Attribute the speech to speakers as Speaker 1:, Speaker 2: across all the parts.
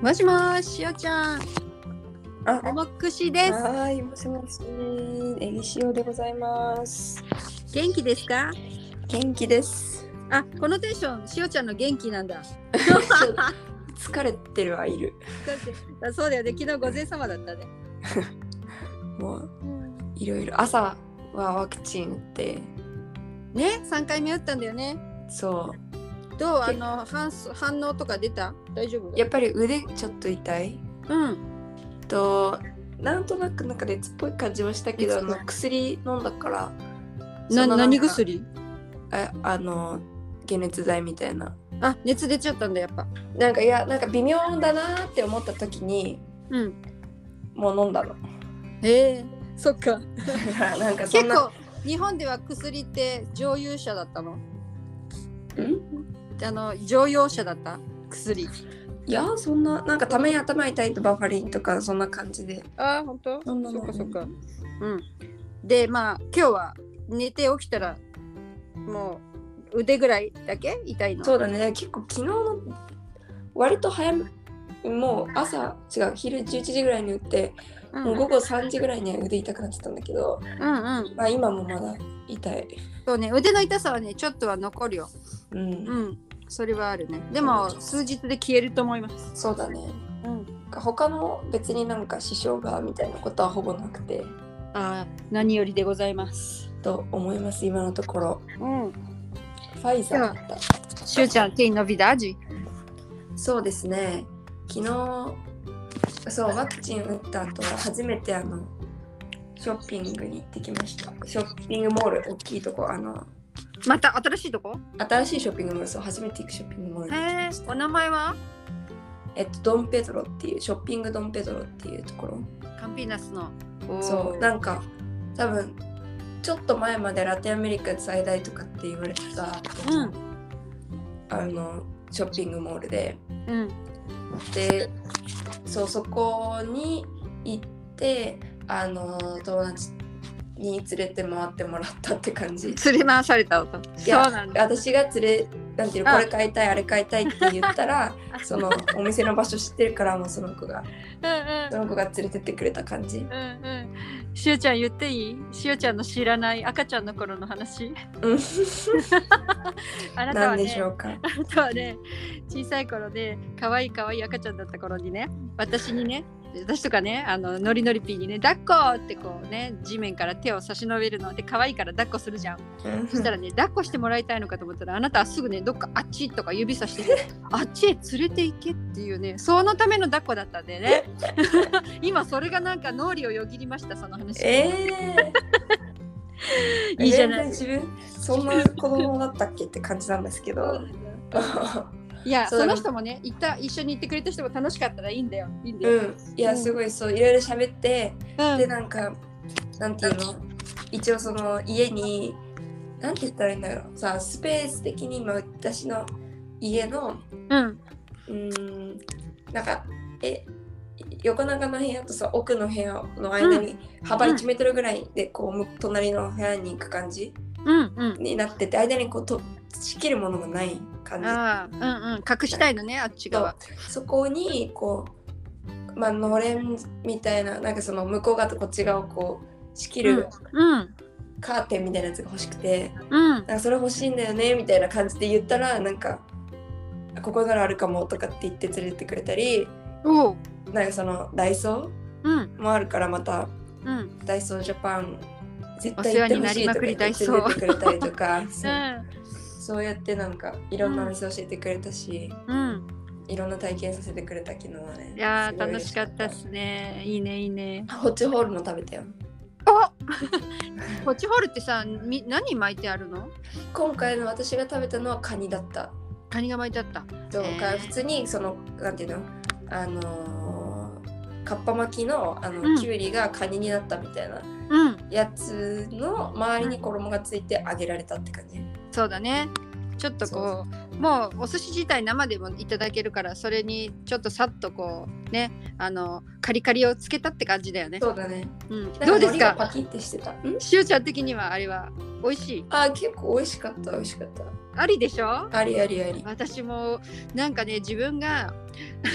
Speaker 1: もしもし、しおちゃん。
Speaker 2: あ
Speaker 1: おもくしで
Speaker 2: はーい、もしもし、えりしおでございます。
Speaker 1: す。元気ですか
Speaker 2: 元気です。
Speaker 1: あ、このテンション、しおちゃんの元気なんだ。
Speaker 2: 疲れてるはいる。
Speaker 1: だってそうだよね、昨日午前様だったね。
Speaker 2: もういろいろ朝はワクチン打って、
Speaker 1: ね、3回目打ったんだよね。
Speaker 2: そ
Speaker 1: どうあ
Speaker 2: で
Speaker 1: の反す反応とか出た大丈夫
Speaker 2: う、やっぱり腕ちょっと痛い
Speaker 1: うん。
Speaker 2: と、なんとなくなんか熱っぽい感じもしたけど、あ
Speaker 1: 熱っぽい
Speaker 2: の薬飲んだから。
Speaker 1: な
Speaker 2: そのんか
Speaker 1: 何薬
Speaker 2: ああの解熱剤みたいな。
Speaker 1: あ、熱出ちゃったんだ、やっぱ。
Speaker 2: なんかいやなんか微妙だなーって思った時に
Speaker 1: うん。
Speaker 2: もう飲んだの。
Speaker 1: へえ、そっか。
Speaker 2: なんかそ
Speaker 1: 結
Speaker 2: んな
Speaker 1: 構、日本では薬って常用者だったの
Speaker 2: ん
Speaker 1: あの、常用者だった薬。
Speaker 2: いやそんななんかたまに頭痛いとバファリンとかそんな感じで
Speaker 1: ああ、本当
Speaker 2: そんな
Speaker 1: そ
Speaker 2: の
Speaker 1: っかそっか。うん。で、まあ、今日は寝て起きたら、もう腕ぐらいだけ痛いの。
Speaker 2: そうだね結構昨日の割と早めもう朝違う昼11時ぐらいに打って
Speaker 1: うん、
Speaker 2: も
Speaker 1: う
Speaker 2: うん午後3時ぐらいには腕痛くなってたんだけど、
Speaker 1: うん。
Speaker 2: まあ、今もまだ痛い。
Speaker 1: そうね、腕の痛さはね、ちょっとは残るよ。
Speaker 2: う
Speaker 1: う
Speaker 2: ん、
Speaker 1: ん。それはあるね。でも、数日で消えると思います。
Speaker 2: そうだね
Speaker 1: うん。
Speaker 2: 他の別になんか支障がみたいなことはほぼなくて
Speaker 1: ああ、何よりでございます。
Speaker 2: と思います今のところ
Speaker 1: うん。
Speaker 2: ファイザーだった
Speaker 1: しゅうちゃん、手に伸びた味。
Speaker 2: そうですね昨日そうワクチン打った後は初めてあのショッピングに行ってきましたショッピングモール大きいとこあの
Speaker 1: また新しいとこ
Speaker 2: 新しいショッピングモールそう初めて行くショッピングモール
Speaker 1: へ
Speaker 2: に行き
Speaker 1: え
Speaker 2: まし、
Speaker 1: お
Speaker 2: た
Speaker 1: 名前は
Speaker 2: えっとドンペドロっていうショッピングドンペドロっていうところ
Speaker 1: カンピーナスの。おー
Speaker 2: そうなんか多分ちょっと前までラテンアメリカで最大とかって言われてた
Speaker 1: うん。
Speaker 2: あのショッピングモールで
Speaker 1: うん。
Speaker 2: でそうそこに行ってあの友達に連れて回ってもらったって感じ
Speaker 1: 釣り回された音。そう
Speaker 2: や
Speaker 1: なんだ。
Speaker 2: 私が連れなんていうの
Speaker 1: あ
Speaker 2: これ買いたいあれ買いたいって言ったらそのお店の場所知ってるからもうその子が
Speaker 1: うんうん
Speaker 2: その子が連れてってくれた感じ
Speaker 1: うんうん。しおちゃん言っていいしおちゃんの知らない赤ちゃんの頃の話。
Speaker 2: うん
Speaker 1: あなた
Speaker 2: な
Speaker 1: は
Speaker 2: んでし
Speaker 1: ね、
Speaker 2: ょうか
Speaker 1: あなたはね、小さい頃で可愛い可愛い赤ちゃんだった頃にね、私にね、私とかね、あのノリノリピーにね、抱っこってこうね、地面から手を差し伸べるので、可愛いから抱っこするじゃん。
Speaker 2: うん
Speaker 1: そしたらね、抱っこしてもらいたいのかと思ったら、あなたはすぐね、どっかあっちとか指さして、あっちへ連れて行けっていうね、そのための抱っこだったんだよね。 今それがなんか脳裏をよぎりました、その話。
Speaker 2: ええ
Speaker 1: いいじゃない
Speaker 2: 全然自分そんな子供だったっけって感じなんですけ
Speaker 1: そうな
Speaker 2: ど
Speaker 1: んだよいや、
Speaker 2: そ
Speaker 1: そう
Speaker 2: だ
Speaker 1: の
Speaker 2: ね
Speaker 1: 人もね、行った、一緒に行ってくれた人も楽しかったらいいんだよ。いいんだ
Speaker 2: う
Speaker 1: よ。
Speaker 2: んいやすごいそういろいろ喋って
Speaker 1: うん
Speaker 2: でなんかなんていうの一応その家になんて言ったらいいんだろうさスペース的に今私の家の
Speaker 1: うん。
Speaker 2: うーんなんかえ横長の部屋とさ奥の部屋の間に幅1メートルぐらいでこうむ隣の部屋に行く感じ
Speaker 1: うん。うん。
Speaker 2: になってて間にこうと仕切るものがない感じ
Speaker 1: ああ、うんうん。隠したいのね、あっち側。
Speaker 2: そこにこうまあのれんみたいななんかその向こう側とこっち側をこう仕切る
Speaker 1: うん。
Speaker 2: カーテンみたいなやつが欲しくて、
Speaker 1: うん。
Speaker 2: なんかそれ欲しいんだよねみたいな感じで言ったらなんかここならあるかもとかって言って連れてくれたり
Speaker 1: おう。
Speaker 2: なんかそのダイソ
Speaker 1: うん。
Speaker 2: ーもあるからまた
Speaker 1: うん。うん。
Speaker 2: ダイソージャパン絶対行ってほしいとか言って連れてくれたりとかそうそうやってなんかいろんなお店教えてくれたし、
Speaker 1: うん。
Speaker 2: いろんな体験させてくれた昨日はね
Speaker 1: いや
Speaker 2: す
Speaker 1: ー、
Speaker 2: ごい
Speaker 1: 楽
Speaker 2: 嬉
Speaker 1: しかったですね。いいね、いいね。
Speaker 2: ホッチホールの食べたよ
Speaker 1: おこっちホールってさ、み何巻いてあるの
Speaker 2: 今回の私が食べたのはカニだった
Speaker 1: カニが巻いてあった。
Speaker 2: と
Speaker 1: えー
Speaker 2: か普通にそのなんていうのあのーかっぱ巻きのあの、
Speaker 1: うん
Speaker 2: きゅうりがカニになったみたいな
Speaker 1: うん。
Speaker 2: やつの周りに衣がついて揚げられたって感じ、
Speaker 1: そうだね。ちょっとこうもうお寿司自体生でもいただけるからそれにちょっとさっとこうねあのカリカリをつけたって感じだよね。
Speaker 2: そうだね
Speaker 1: うん、
Speaker 2: なん
Speaker 1: どうです
Speaker 2: 海苔が
Speaker 1: か
Speaker 2: パキってしてたん
Speaker 1: しおちゃん的にはあれは美味しい
Speaker 2: あー結構美味しかった美味しかった
Speaker 1: ありでしょ
Speaker 2: ありありあり。
Speaker 1: 私もなんかね自分が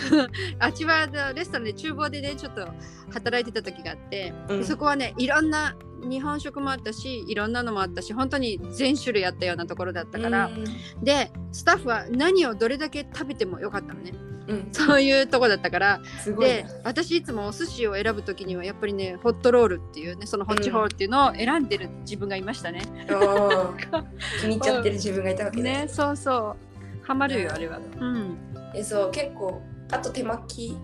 Speaker 1: あっちはあのレストランで厨房でねちょっと働いてた時があって、
Speaker 2: うん
Speaker 1: そこはねいろんな日本食もあったしいろんなのもあったし本当に全種類あったようなところだったから、
Speaker 2: うん
Speaker 1: でスタッフは何をどれだけ食べてもよかったのね
Speaker 2: うん、
Speaker 1: そういうとこだったから
Speaker 2: すごい
Speaker 1: で
Speaker 2: な。
Speaker 1: 私いつもお寿司を選ぶ時にはやっぱりねホットロールっていうねそのホッチホールっていうのを選んでる自分がいましたね。
Speaker 2: おー気に入っちゃってる自分がいたわけ
Speaker 1: ね
Speaker 2: ね。
Speaker 1: そうそうハマるよあれは。うん、
Speaker 2: えそう結構あと手巻き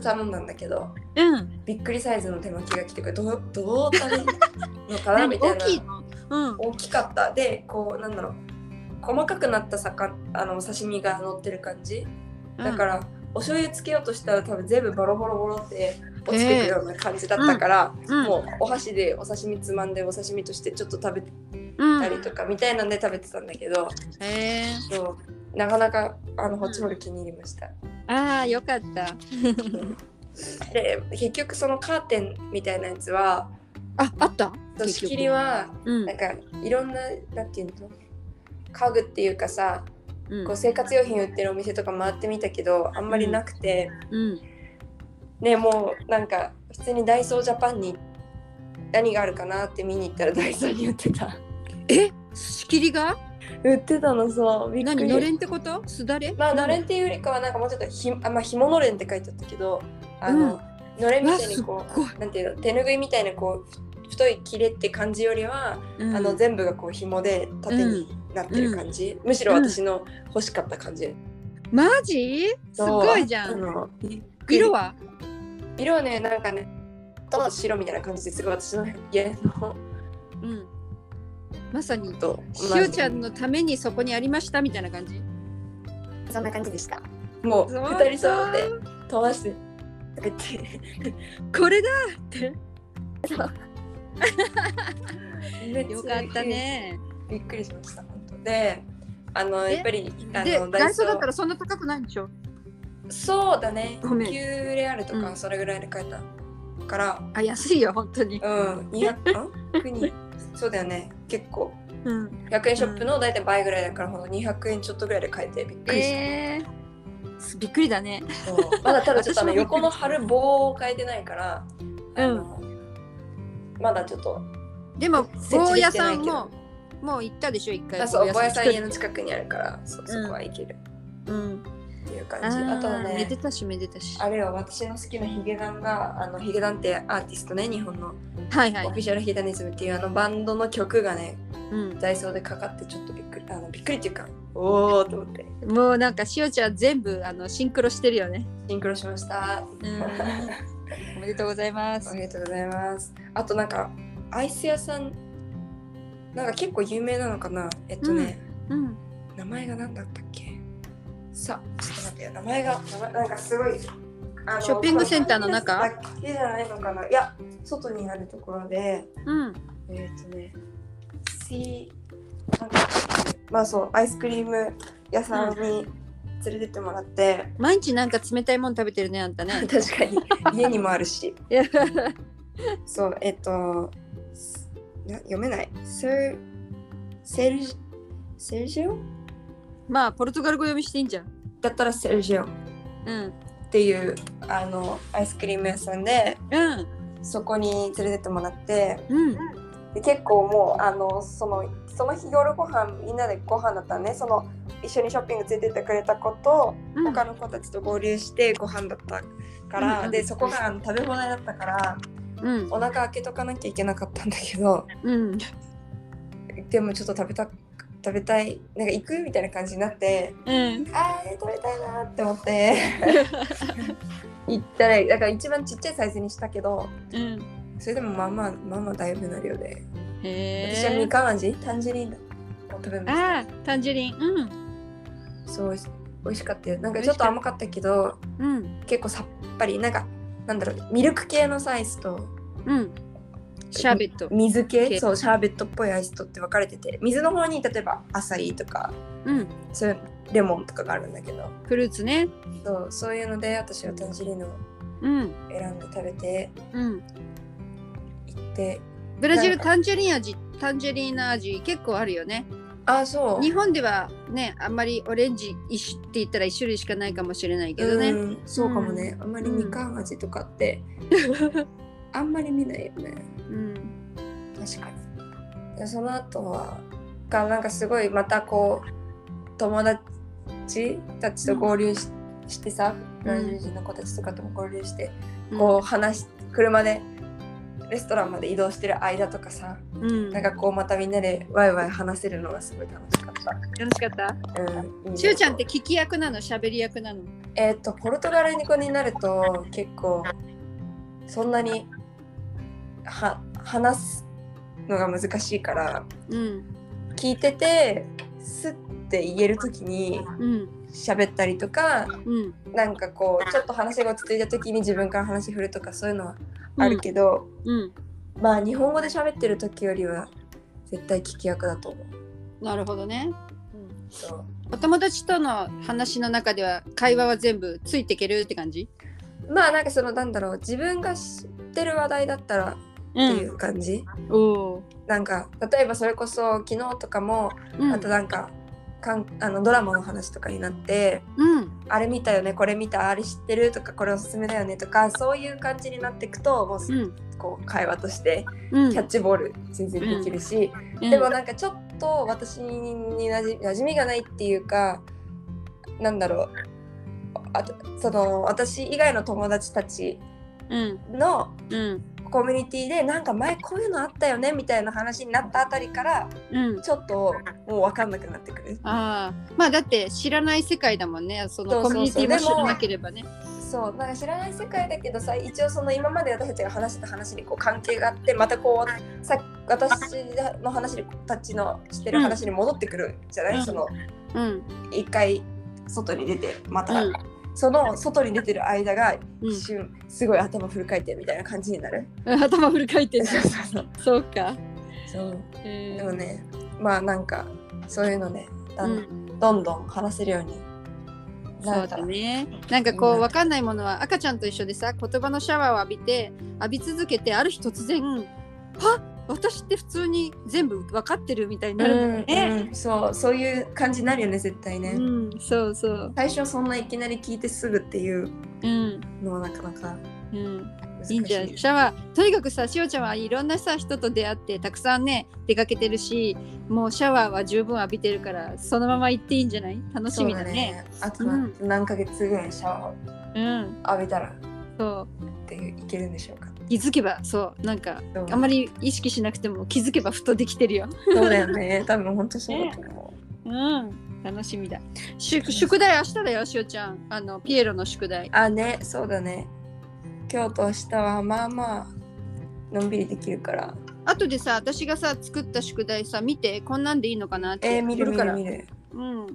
Speaker 2: 頼んだんだけど
Speaker 1: うん
Speaker 2: びっくりサイズの手巻きが来てこれどうどう食べるのかな
Speaker 1: 何
Speaker 2: みたい
Speaker 1: 大
Speaker 2: な
Speaker 1: きいのうん、
Speaker 2: 大きかったでこうなんだろう細かくなった魚あの刺身が乗ってる感じだからら、お醤油つけようとしたら多分全部ボロボロボロって落ちてくるような感じだったから、
Speaker 1: うん、
Speaker 2: もうお箸でお刺身つまんでお刺身としてちょっと食べ
Speaker 1: うん、
Speaker 2: たりとかみたいなんで食べてたんだけど、
Speaker 1: へー
Speaker 2: そうなかなかあのホッチホール気に入りま した。
Speaker 1: ああよかった
Speaker 2: で結局そのカーテンみたいなやつは
Speaker 1: ああった
Speaker 2: そう仕切りは
Speaker 1: うん
Speaker 2: なんかいろんななんていうの家具っていうかさ
Speaker 1: うん
Speaker 2: こう生活用品売ってるお店とか回ってみたけどあんまりなくて、
Speaker 1: うん
Speaker 2: ねもうなんか普通にダイソージャパンに何があるかなって見に行ったらダイソーに売ってた
Speaker 1: え仕切りが
Speaker 2: 売ってたのそうびっく
Speaker 1: 何
Speaker 2: り
Speaker 1: のれんってことすだれ
Speaker 2: まあのれんっていうよりかはなんかもうちょっとひあまあひものれんって書いてあったけどあの、のれんみ
Speaker 1: わ
Speaker 2: たい
Speaker 1: すっ
Speaker 2: に
Speaker 1: ご
Speaker 2: こ
Speaker 1: いう
Speaker 2: なんていうの手ぬぐいみたいなこう太い切れって感じよりは、
Speaker 1: うん
Speaker 2: あの全部がこう紐で縦になってる感じ、むしろ私の欲しかった感じ、
Speaker 1: マジす
Speaker 2: そう
Speaker 1: ごいじゃ
Speaker 2: あ
Speaker 1: ん
Speaker 2: のくり
Speaker 1: 色は
Speaker 2: 色はねなんかねと白みたいな感じですごい私の家の
Speaker 1: うんまさに
Speaker 2: と
Speaker 1: しおちゃんのためにそこにありましたみたいな感じ
Speaker 2: そんな感じでしたもう
Speaker 1: そう
Speaker 2: 二人揃って飛ばしてとか言って
Speaker 1: これだって
Speaker 2: めちゃ
Speaker 1: よかったね
Speaker 2: びっくりしました本当であの
Speaker 1: で
Speaker 2: やっぱりあ
Speaker 1: で
Speaker 2: の
Speaker 1: ダイソーだったらそんな高くないんでしょ
Speaker 2: そうだね
Speaker 1: ごめん
Speaker 2: 9レアルと
Speaker 1: う
Speaker 2: かそれぐらいで買えたから
Speaker 1: あ安いよ本当に
Speaker 2: うん200国そうだよね結構
Speaker 1: うん
Speaker 2: 100円ショップの大体倍ぐらいだからほんと200円ちょっとぐらいで買えてびっくりした、
Speaker 1: えーびっくりだね
Speaker 2: そうまだただちょっとあの
Speaker 1: 私もびっくり
Speaker 2: 横の貼る棒を変えてないから、あのまだちょっと
Speaker 1: でも
Speaker 2: 設置
Speaker 1: 坊
Speaker 2: で
Speaker 1: 屋
Speaker 2: きてな
Speaker 1: さ
Speaker 2: い
Speaker 1: ん
Speaker 2: けど
Speaker 1: ももう行ったでしょ一回
Speaker 2: あそうおば
Speaker 1: 坊
Speaker 2: やさん家
Speaker 1: ん
Speaker 2: の近くにあるからそうそこは行ける
Speaker 1: うん
Speaker 2: っていう感
Speaker 1: あ
Speaker 2: じ、あとは
Speaker 1: ーめ
Speaker 2: ね
Speaker 1: でたしめでたし
Speaker 2: あれは私の好きなヒゲダンがあのヒゲダンってアーティストね日本の
Speaker 1: はいは
Speaker 2: オフ
Speaker 1: い
Speaker 2: ィシャルヒゲダニズムっていうあのバンドの曲がね
Speaker 1: うん
Speaker 2: ダイソーでかかってちょっとびっくりあのびっくりっていうかおおと思って
Speaker 1: もうなんかしおちゃん全部あのシンクロしてるよね
Speaker 2: シンクロしました
Speaker 1: うん おめでとうございま
Speaker 2: あ
Speaker 1: す
Speaker 2: りがとうございます。あとなんかアイス屋さんなんか結構有名なのかな。えっとね、
Speaker 1: うん
Speaker 2: 名前が何だったっけ。さあ、ちょっと待ってよ名前が名前なんかすごい。あの
Speaker 1: ショッピングセンターの中
Speaker 2: これだけじゃないのかな。いや、外にあるところで、
Speaker 1: うん
Speaker 2: えっとね、シーなんかまあそうアイスクリーム屋さんに連れてってもらって、
Speaker 1: 毎日なん か冷たいもの食べてるねあんたね
Speaker 2: 確かに 家にもあるし。そう、えっと、すな読めない。セル、セルジ、セルジオ
Speaker 1: まあポルトガル語読みしていいんじゃん
Speaker 2: だったらセルジオっ
Speaker 1: うん
Speaker 2: ていうあのアイスクリーム屋さんで、
Speaker 1: うん
Speaker 2: そこに連れてってもらって、
Speaker 1: うん
Speaker 2: で結構もう、あの、その、その日夜ご飯みんなでご飯だったね。その、一緒にショッピング連れてってくれた子と、
Speaker 1: うん
Speaker 2: 他の子たちと合流してご飯だったから、
Speaker 1: うんうん
Speaker 2: で、そこがあの食べ放題だったから、
Speaker 1: うん
Speaker 2: お腹開けとかなきゃいけなかったんだけど、
Speaker 1: うん
Speaker 2: でもちょっと食べた食べたいなんか行くみたいな感じになって
Speaker 1: うん
Speaker 2: あー食べたいなって思って 行ったらだから一番ちっちゃいサイズにしたけど
Speaker 1: うん
Speaker 2: それでもまあまあまあまあだいぶなるよね、
Speaker 1: へ
Speaker 2: 私はみ
Speaker 1: え
Speaker 2: かん味タンジリンを食べまし
Speaker 1: あータンジュリンうん
Speaker 2: たそう美味しかったよなんかちょっと甘かったけど
Speaker 1: うん
Speaker 2: 結構さっぱりなんかなんだろうミルク系のサイズと
Speaker 1: うんシャーベット
Speaker 2: 水系
Speaker 1: 系
Speaker 2: そうシャーベットっぽいアイスとって分かれてて水の方に例えばアサイとか
Speaker 1: うん
Speaker 2: そういうレモンとかがあるんだけど
Speaker 1: フルーツね
Speaker 2: そうそういうので私はタンジリーヌを
Speaker 1: うん
Speaker 2: 選んで食べて
Speaker 1: うん
Speaker 2: 行って
Speaker 1: ブラジ
Speaker 2: な
Speaker 1: ル
Speaker 2: んか
Speaker 1: タンジェリン味タンジェリーナ味結構あるよね
Speaker 2: あそう
Speaker 1: 日本ではねあんまりオレンジ一種って言ったら一種類しかないかもしれないけどね、
Speaker 2: うん、そうかもね、あんまりみかん味とかって、あんまり見ないよね
Speaker 1: うん、
Speaker 2: 確かにでその後はがなんかすごいまたこう友達たちと合流し,、してさブラジル人の子たちとかとも合流して、こう話し車でレストランまで移動してる間とかさ
Speaker 1: う、うん、
Speaker 2: なんかこうまたみんなでワイワイ話せるのがすごい楽しかっ
Speaker 1: 楽しかった
Speaker 2: た。うん、
Speaker 1: しゅうちゃんって聞き役なの喋り役なの
Speaker 2: えっ、とポルトガル語になると結構そんなには話すのが難しいから
Speaker 1: うん
Speaker 2: 聞いててスッて言える時に
Speaker 1: うん
Speaker 2: 喋ったりとか
Speaker 1: うん
Speaker 2: なんかこうちょっと話が落ち着いた時に自分から話振るとかそういうのはあるけど、
Speaker 1: うん
Speaker 2: まあ日本語で喋ってる時よりは絶対聞き役だと思う。
Speaker 1: なるほどね
Speaker 2: そう
Speaker 1: お友達との話の中では会話は全部ついていけるって感じ
Speaker 2: まあなんかそのなんだろう自分が知ってる話題だったらっ
Speaker 1: う
Speaker 2: ていう感じ、
Speaker 1: んおー
Speaker 2: なんか例えばそれこそ昨日とかも、
Speaker 1: うん
Speaker 2: あとなんかかんあのドラマの話とかになって
Speaker 1: うん
Speaker 2: あれ見たよねこれ見たあれ知ってるとかこれおすすめだよねとかそういう感じになっていくともうす
Speaker 1: うん
Speaker 2: こう会話として
Speaker 1: うん
Speaker 2: キャッチボール全然できるし、
Speaker 1: うん
Speaker 2: でもなんかちょっと私になじ馴染みがないっていうかなんだろうあとその私以外の友達たち
Speaker 1: うん
Speaker 2: の
Speaker 1: うん
Speaker 2: コミュニティでなんか前こういうのあったよねみたいな話になったあたりから
Speaker 1: うん
Speaker 2: ちょっともう分かんなくなってくる
Speaker 1: ああまあだって知らない世界だもんねそ
Speaker 2: そ
Speaker 1: の
Speaker 2: う
Speaker 1: コ
Speaker 2: そうそう
Speaker 1: ミュニティも
Speaker 2: でも
Speaker 1: 知らなければね
Speaker 2: そうなんか知らない世界だけどさ一応その今まで私たちが話してた話にこう関係があってまたこうさ私の話たちのしてる話に戻ってくるじゃない、
Speaker 1: うん
Speaker 2: その
Speaker 1: うん
Speaker 2: 一回外に出てまた、
Speaker 1: うん
Speaker 2: その外に出てる間が
Speaker 1: う
Speaker 2: 一瞬すごい頭フル回転みたいな感じになる。
Speaker 1: ん、頭フル回転だ
Speaker 2: そうそうそう
Speaker 1: そうか、
Speaker 2: そう
Speaker 1: え
Speaker 2: で
Speaker 1: ー
Speaker 2: もねまあなんかそういうのねだ
Speaker 1: うんん、
Speaker 2: どんどん話せるように
Speaker 1: そ
Speaker 2: な
Speaker 1: う
Speaker 2: った
Speaker 1: だねなんかこ
Speaker 2: う
Speaker 1: うん分かんないものは赤ちゃんと一緒でさ言葉のシャワーを浴びて浴び続けてある日突然「は私って普通に全部分かってる」みたいになるんだよね。
Speaker 2: うんうんそうそういう感じになるよね絶対ね、
Speaker 1: うん、そうそう。
Speaker 2: 最初そんないきなり聞いてすぐっていう
Speaker 1: うん、
Speaker 2: のはなかなか
Speaker 1: うん、
Speaker 2: 難しい
Speaker 1: いいんじゃないシャワーとにかくさしおちゃんはいろんなさ人と出会ってたくさんね出かけてるしもうシャワーは十分浴びてるからそのまま行っていいんじゃない楽しみだね。
Speaker 2: そうだあとな
Speaker 1: うん
Speaker 2: 何ヶ月ぐらいシャワ
Speaker 1: うん
Speaker 2: ーを浴びたらっ
Speaker 1: そう
Speaker 2: ていういけるんでしょうか
Speaker 1: 気づけばそうなんか
Speaker 2: そう
Speaker 1: あんまり意識しなくても気づけばふとできてるよ。
Speaker 2: そうだよ ね多分本当そうだと思う、
Speaker 1: うん、楽しみだ。宿宿題明日だよ、しおちゃん。あのピエロの宿題。
Speaker 2: あねそうだね今日と明日はまあまあのんびりできるから
Speaker 1: あとでさ、私がさ、作った宿題さ、見て、こんなんでいいのかなって。
Speaker 2: えー、見る
Speaker 1: 送
Speaker 2: 見
Speaker 1: から
Speaker 2: る見る
Speaker 1: うん。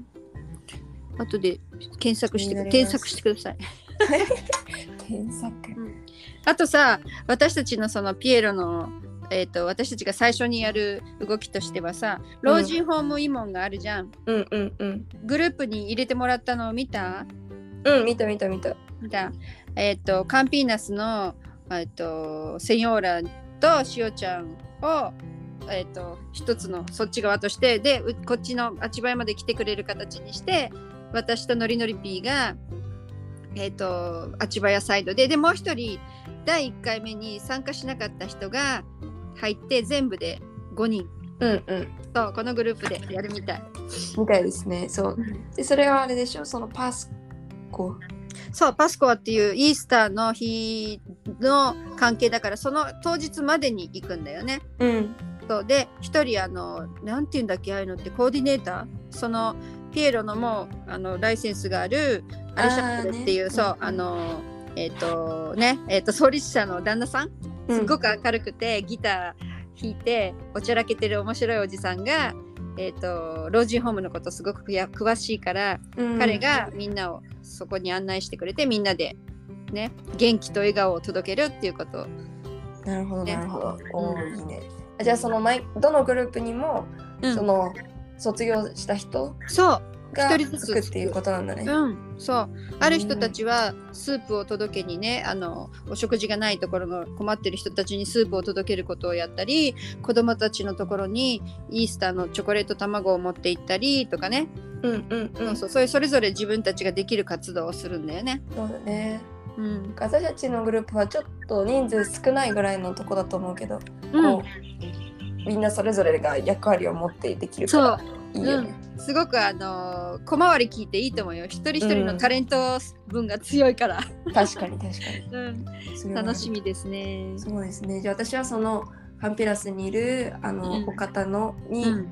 Speaker 1: あとで検索してく、
Speaker 2: 気になります
Speaker 1: 検索してください。
Speaker 2: 添削
Speaker 1: あとさ、私たちのそのピエロの、えっ、と、私たちが最初にやる動きとしてはさ、老人ホーム慰問があるじゃん。
Speaker 2: うんうんうん
Speaker 1: グループに入れてもらったのを見た
Speaker 2: うん見た見た見た
Speaker 1: 見た。えっ、と、カンピーナスの、えっ、と、セニョーラとしおちゃんを、えっ、と、一つのそっち側として、で、うこっちのあちばいまで来てくれる形にして、私とノリノリピーが、えっ、と、あちばやサイドで、で、もう一人、第1回目に参加しなかった人が入って、全部で5人
Speaker 2: うんうん
Speaker 1: と、このグループでやるみたい。
Speaker 2: みたいですねそうでそれはあれでしょそのパスコ
Speaker 1: そうパスコアっていうイースターの日の関係だからその当日までに行くんだよね。
Speaker 2: うん
Speaker 1: そうで1人あのなんて言うんだっけああいうのってコーディネーターそのピエロのもうあのライセンスがあるアレシャップルっていう、
Speaker 2: あーね
Speaker 1: そう
Speaker 2: うん
Speaker 1: あのえっ、とねえっ、と創立者の旦那さんすっごく明るくて、ギター弾いておちゃらけてる面白いおじさんが、えっと老人ホームのことすごくや詳しいから
Speaker 2: うん
Speaker 1: 彼がみんなをそこに案内してくれてみんなで、ね、元気と笑顔を届けるっていうこと
Speaker 2: なるほど
Speaker 1: ね
Speaker 2: なるほど、おー
Speaker 1: うん
Speaker 2: いいねあじゃあその毎どのグループにも、
Speaker 1: うん
Speaker 2: その卒業した人
Speaker 1: そう、
Speaker 2: が
Speaker 1: 一人ずつ
Speaker 2: つくっていうことなんだね、
Speaker 1: うん、そうある人たちはスープを届けにねあのお食事がないところの困ってる人たちにスープを届けることをやったり子どもたちのところにイースターのチョコレート卵を持って行ったりとかね
Speaker 2: うんうん
Speaker 1: そううんそうそれそれぞれ自分たちができる活動をするんだよね。
Speaker 2: そうだね
Speaker 1: うん、
Speaker 2: 私たちのグループはちょっと人数少ないぐらいのとこだと思うけど、
Speaker 1: う
Speaker 2: こうみんなそれぞれが役割を持ってできる
Speaker 1: そ
Speaker 2: か
Speaker 1: う
Speaker 2: らいいよね。
Speaker 1: すごくあのー小回り聞いていいと思うよ一人一人のタレント分が強いから、
Speaker 2: 確かに確か
Speaker 1: うん
Speaker 2: にそれ は
Speaker 1: 楽しみですね。
Speaker 2: そうですね。じゃあ私はそのハンピラスにいるあの、
Speaker 1: うん
Speaker 2: お方のに、
Speaker 1: うん、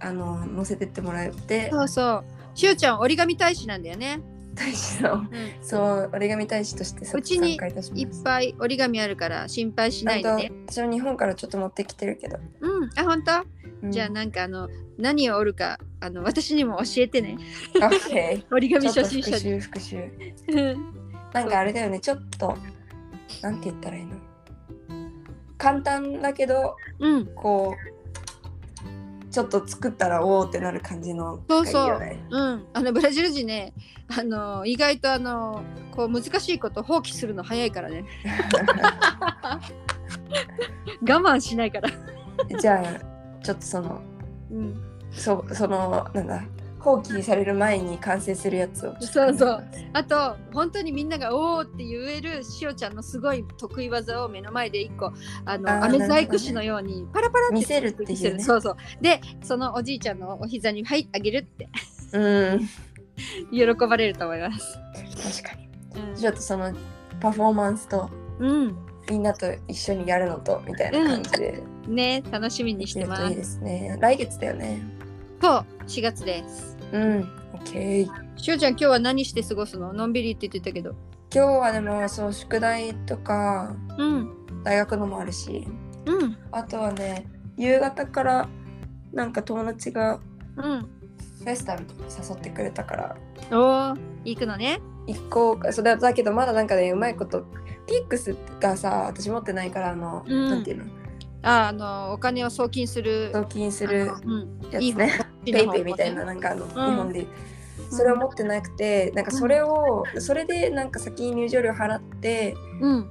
Speaker 2: あの乗せてってもらって
Speaker 1: そうそうしゅうちゃん折り紙大使なんだよね。
Speaker 2: 大使の
Speaker 1: うん
Speaker 2: そう折り紙大使として
Speaker 1: うちに
Speaker 2: 参加いたし
Speaker 1: いっ
Speaker 2: ます。
Speaker 1: ぱい折り紙あるから心配しないで
Speaker 2: あと
Speaker 1: ね。
Speaker 2: 私は日本からちょっと持ってきてるけど、
Speaker 1: うん、あ本当、
Speaker 2: うん
Speaker 1: じゃあなんかあの何を折るかあの私にも教えてね
Speaker 2: オッケ
Speaker 1: 折り
Speaker 2: ー
Speaker 1: 紙
Speaker 2: ちょっ
Speaker 1: 初
Speaker 2: と
Speaker 1: 心
Speaker 2: 復
Speaker 1: 者で。
Speaker 2: 習復習なんかあれだよねちょっとなんて言ったらいいの簡単だけど
Speaker 1: うん
Speaker 2: こうちょっと作ったらおおってなる感じの
Speaker 1: そうそう
Speaker 2: がいいよね
Speaker 1: うん、あのブラジル人ねあの意外とあのこう難しいこと放棄するの早いから ね我慢しないから、
Speaker 2: じゃあちょっとその
Speaker 1: うん、
Speaker 2: そそのなんだ放棄される前に完成するやつを
Speaker 1: そうそうあと本当にみんなが「おー」って言えるしおちゃんのすごい得意技を目の前で一個あの
Speaker 2: あー
Speaker 1: 飴細工師のようにパラパラって
Speaker 2: 見せるっていうね
Speaker 1: 見せるそうそうでそのおじいちゃんのお膝に「はいあげる」って
Speaker 2: うん
Speaker 1: 喜ばれると思います。
Speaker 2: 確かに
Speaker 1: うん
Speaker 2: ちょっとそのパフォーマンスと
Speaker 1: うん
Speaker 2: みんなと一緒にやるのとみたいな感じで
Speaker 1: ね楽しみにし
Speaker 2: して
Speaker 1: て
Speaker 2: る
Speaker 1: ます。
Speaker 2: といいですね、来月だよね
Speaker 1: そう4月です。
Speaker 2: うん OK 今
Speaker 1: しゅうちゃん今日は何して過ごすののんびりって言ってたけど
Speaker 2: 日はでもそう宿題とか
Speaker 1: うん
Speaker 2: 大学のもあるし
Speaker 1: うん
Speaker 2: あとはね夕方からなんか友達が
Speaker 1: うん
Speaker 2: フェスタみたいに誘ってくれたから
Speaker 1: おお行くのね
Speaker 2: 行こうかそうだだけどまだなんかねうまいことピックスがさ私持ってないからあの、
Speaker 1: うん
Speaker 2: なんていうの
Speaker 1: あーあのお金を送金する
Speaker 2: 送金する
Speaker 1: あのうん
Speaker 2: やつ
Speaker 1: いい
Speaker 2: ねペイペイみたいななんかあの、日本でそれを持ってなくてなんかそれをそれでなんか先に入場料払って
Speaker 1: うん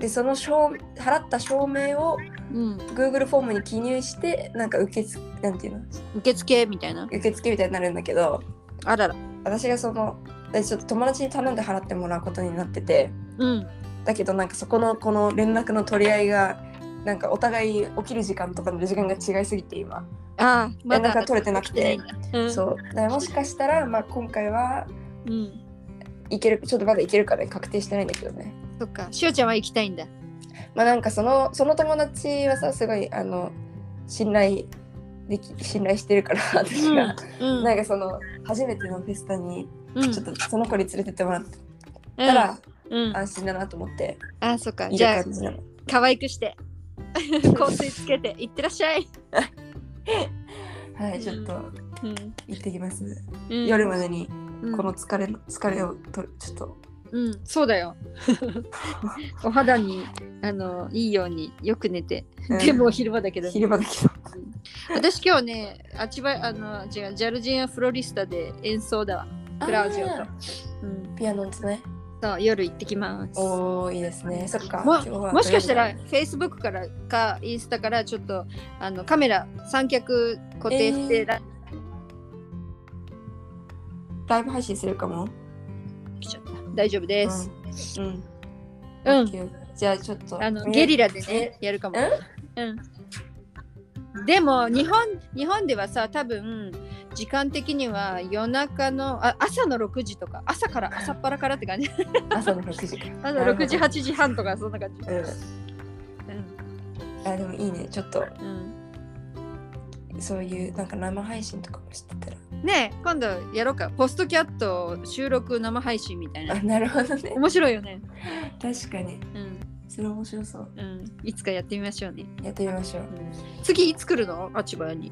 Speaker 2: でその証払った証明を
Speaker 1: うん
Speaker 2: Google フォームに記入してなんか受付なんていうの
Speaker 1: 受付みたいな
Speaker 2: 受付みたいになるんだけど
Speaker 1: あらら
Speaker 2: 私がそのでちょっと友達に頼んで払ってもらうことになってて
Speaker 1: うん
Speaker 2: だけどなんかそこのこの連絡の取り合いがなんかお互い起きる時間とかの時間が違いすぎて今、
Speaker 1: ああま
Speaker 2: 連絡が取れてなくて
Speaker 1: うん
Speaker 2: そうだからもしかしたら、まあ、今回は
Speaker 1: うん
Speaker 2: いけるちょっとまだいけるから確定してないんだけどね
Speaker 1: そっかしおちゃんは行きたいんだ
Speaker 2: まあなんかそのその友達はさすごいあの信頼でき信頼してるから私が、
Speaker 1: うん
Speaker 2: なんかその初めてのフェスタに
Speaker 1: うん
Speaker 2: ちょっとその子に連れてってもらっ
Speaker 1: うん
Speaker 2: たら
Speaker 1: うんあ
Speaker 2: 安心だなと思って、
Speaker 1: ーそっか
Speaker 2: いい
Speaker 1: じゃあ
Speaker 2: 感じなの
Speaker 1: 可愛くして 香水つけて行ってらっしゃい
Speaker 2: は
Speaker 1: うん
Speaker 2: いちょっと
Speaker 1: うん
Speaker 2: 行ってきます、
Speaker 1: うん
Speaker 2: 夜までに
Speaker 1: うん
Speaker 2: この疲れ疲れをとちょっと
Speaker 1: うん、そうだ よ。お肌にあのいいようによく寝て、
Speaker 2: うん
Speaker 1: でも昼間だけど、
Speaker 2: 昼間だけど
Speaker 1: 私今日ね、あちばあの違うジャルジンアフロリスタで演奏だわ。クラウジオと
Speaker 2: あー。
Speaker 1: うん、
Speaker 2: ピアノですね
Speaker 1: そう夜行ってきます。も
Speaker 2: おおいいですねそっか、
Speaker 1: ま
Speaker 2: 今日は
Speaker 1: しかしたら
Speaker 2: 土曜
Speaker 1: Facebook からかインスタからちょっとあのカメラ三脚固定して、
Speaker 2: えー
Speaker 1: ライ
Speaker 2: 日だライブ配信するかも
Speaker 1: ブ来ちゃった大丈夫です。
Speaker 2: うん、うん
Speaker 1: うん、
Speaker 2: じゃあちょっと
Speaker 1: あのゲリラでねやるかも。うん。でも日本日本ではさ多分時間的には夜中のあ朝の6時とか朝から朝っぱらからって感じ
Speaker 2: 朝の6時か
Speaker 1: 朝の6時8時半とかそんな感じ。
Speaker 2: うんあでもいいねちょっと
Speaker 1: うん
Speaker 2: そういうなんか生配信とかもしてたら
Speaker 1: うん、ねえ今度やろうかポストキャット収録生配信みたい
Speaker 2: あ
Speaker 1: な
Speaker 2: なるほどね
Speaker 1: 面白いよね、
Speaker 2: 確かに
Speaker 1: うん
Speaker 2: それ面白そう
Speaker 1: うん、いつかやってみましょうね、
Speaker 2: やってみましょ
Speaker 1: う、
Speaker 2: うん
Speaker 1: 次いつ来るのあちばやに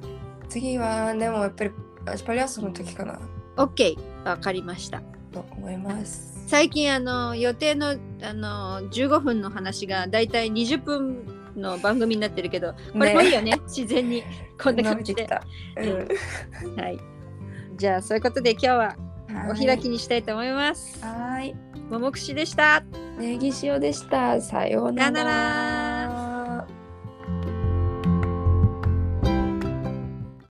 Speaker 2: 次はでもやっぱりアシパリアスの時かな
Speaker 1: OK わかりました
Speaker 2: と思います
Speaker 1: 最近あの予定のあの15分の話がだいたい20分の番組になってるけどこれもいいよね自然にこんな
Speaker 2: 伸
Speaker 1: 感
Speaker 2: び
Speaker 1: じ
Speaker 2: て
Speaker 1: で
Speaker 2: き、た、う
Speaker 1: はい、じゃあそういうことで今日は
Speaker 2: ん
Speaker 1: お開きにしたいと思います
Speaker 2: はーい
Speaker 1: ももくしでした
Speaker 2: ネギ塩でしたさよう
Speaker 1: さ
Speaker 2: な
Speaker 1: よな
Speaker 2: ら
Speaker 1: ら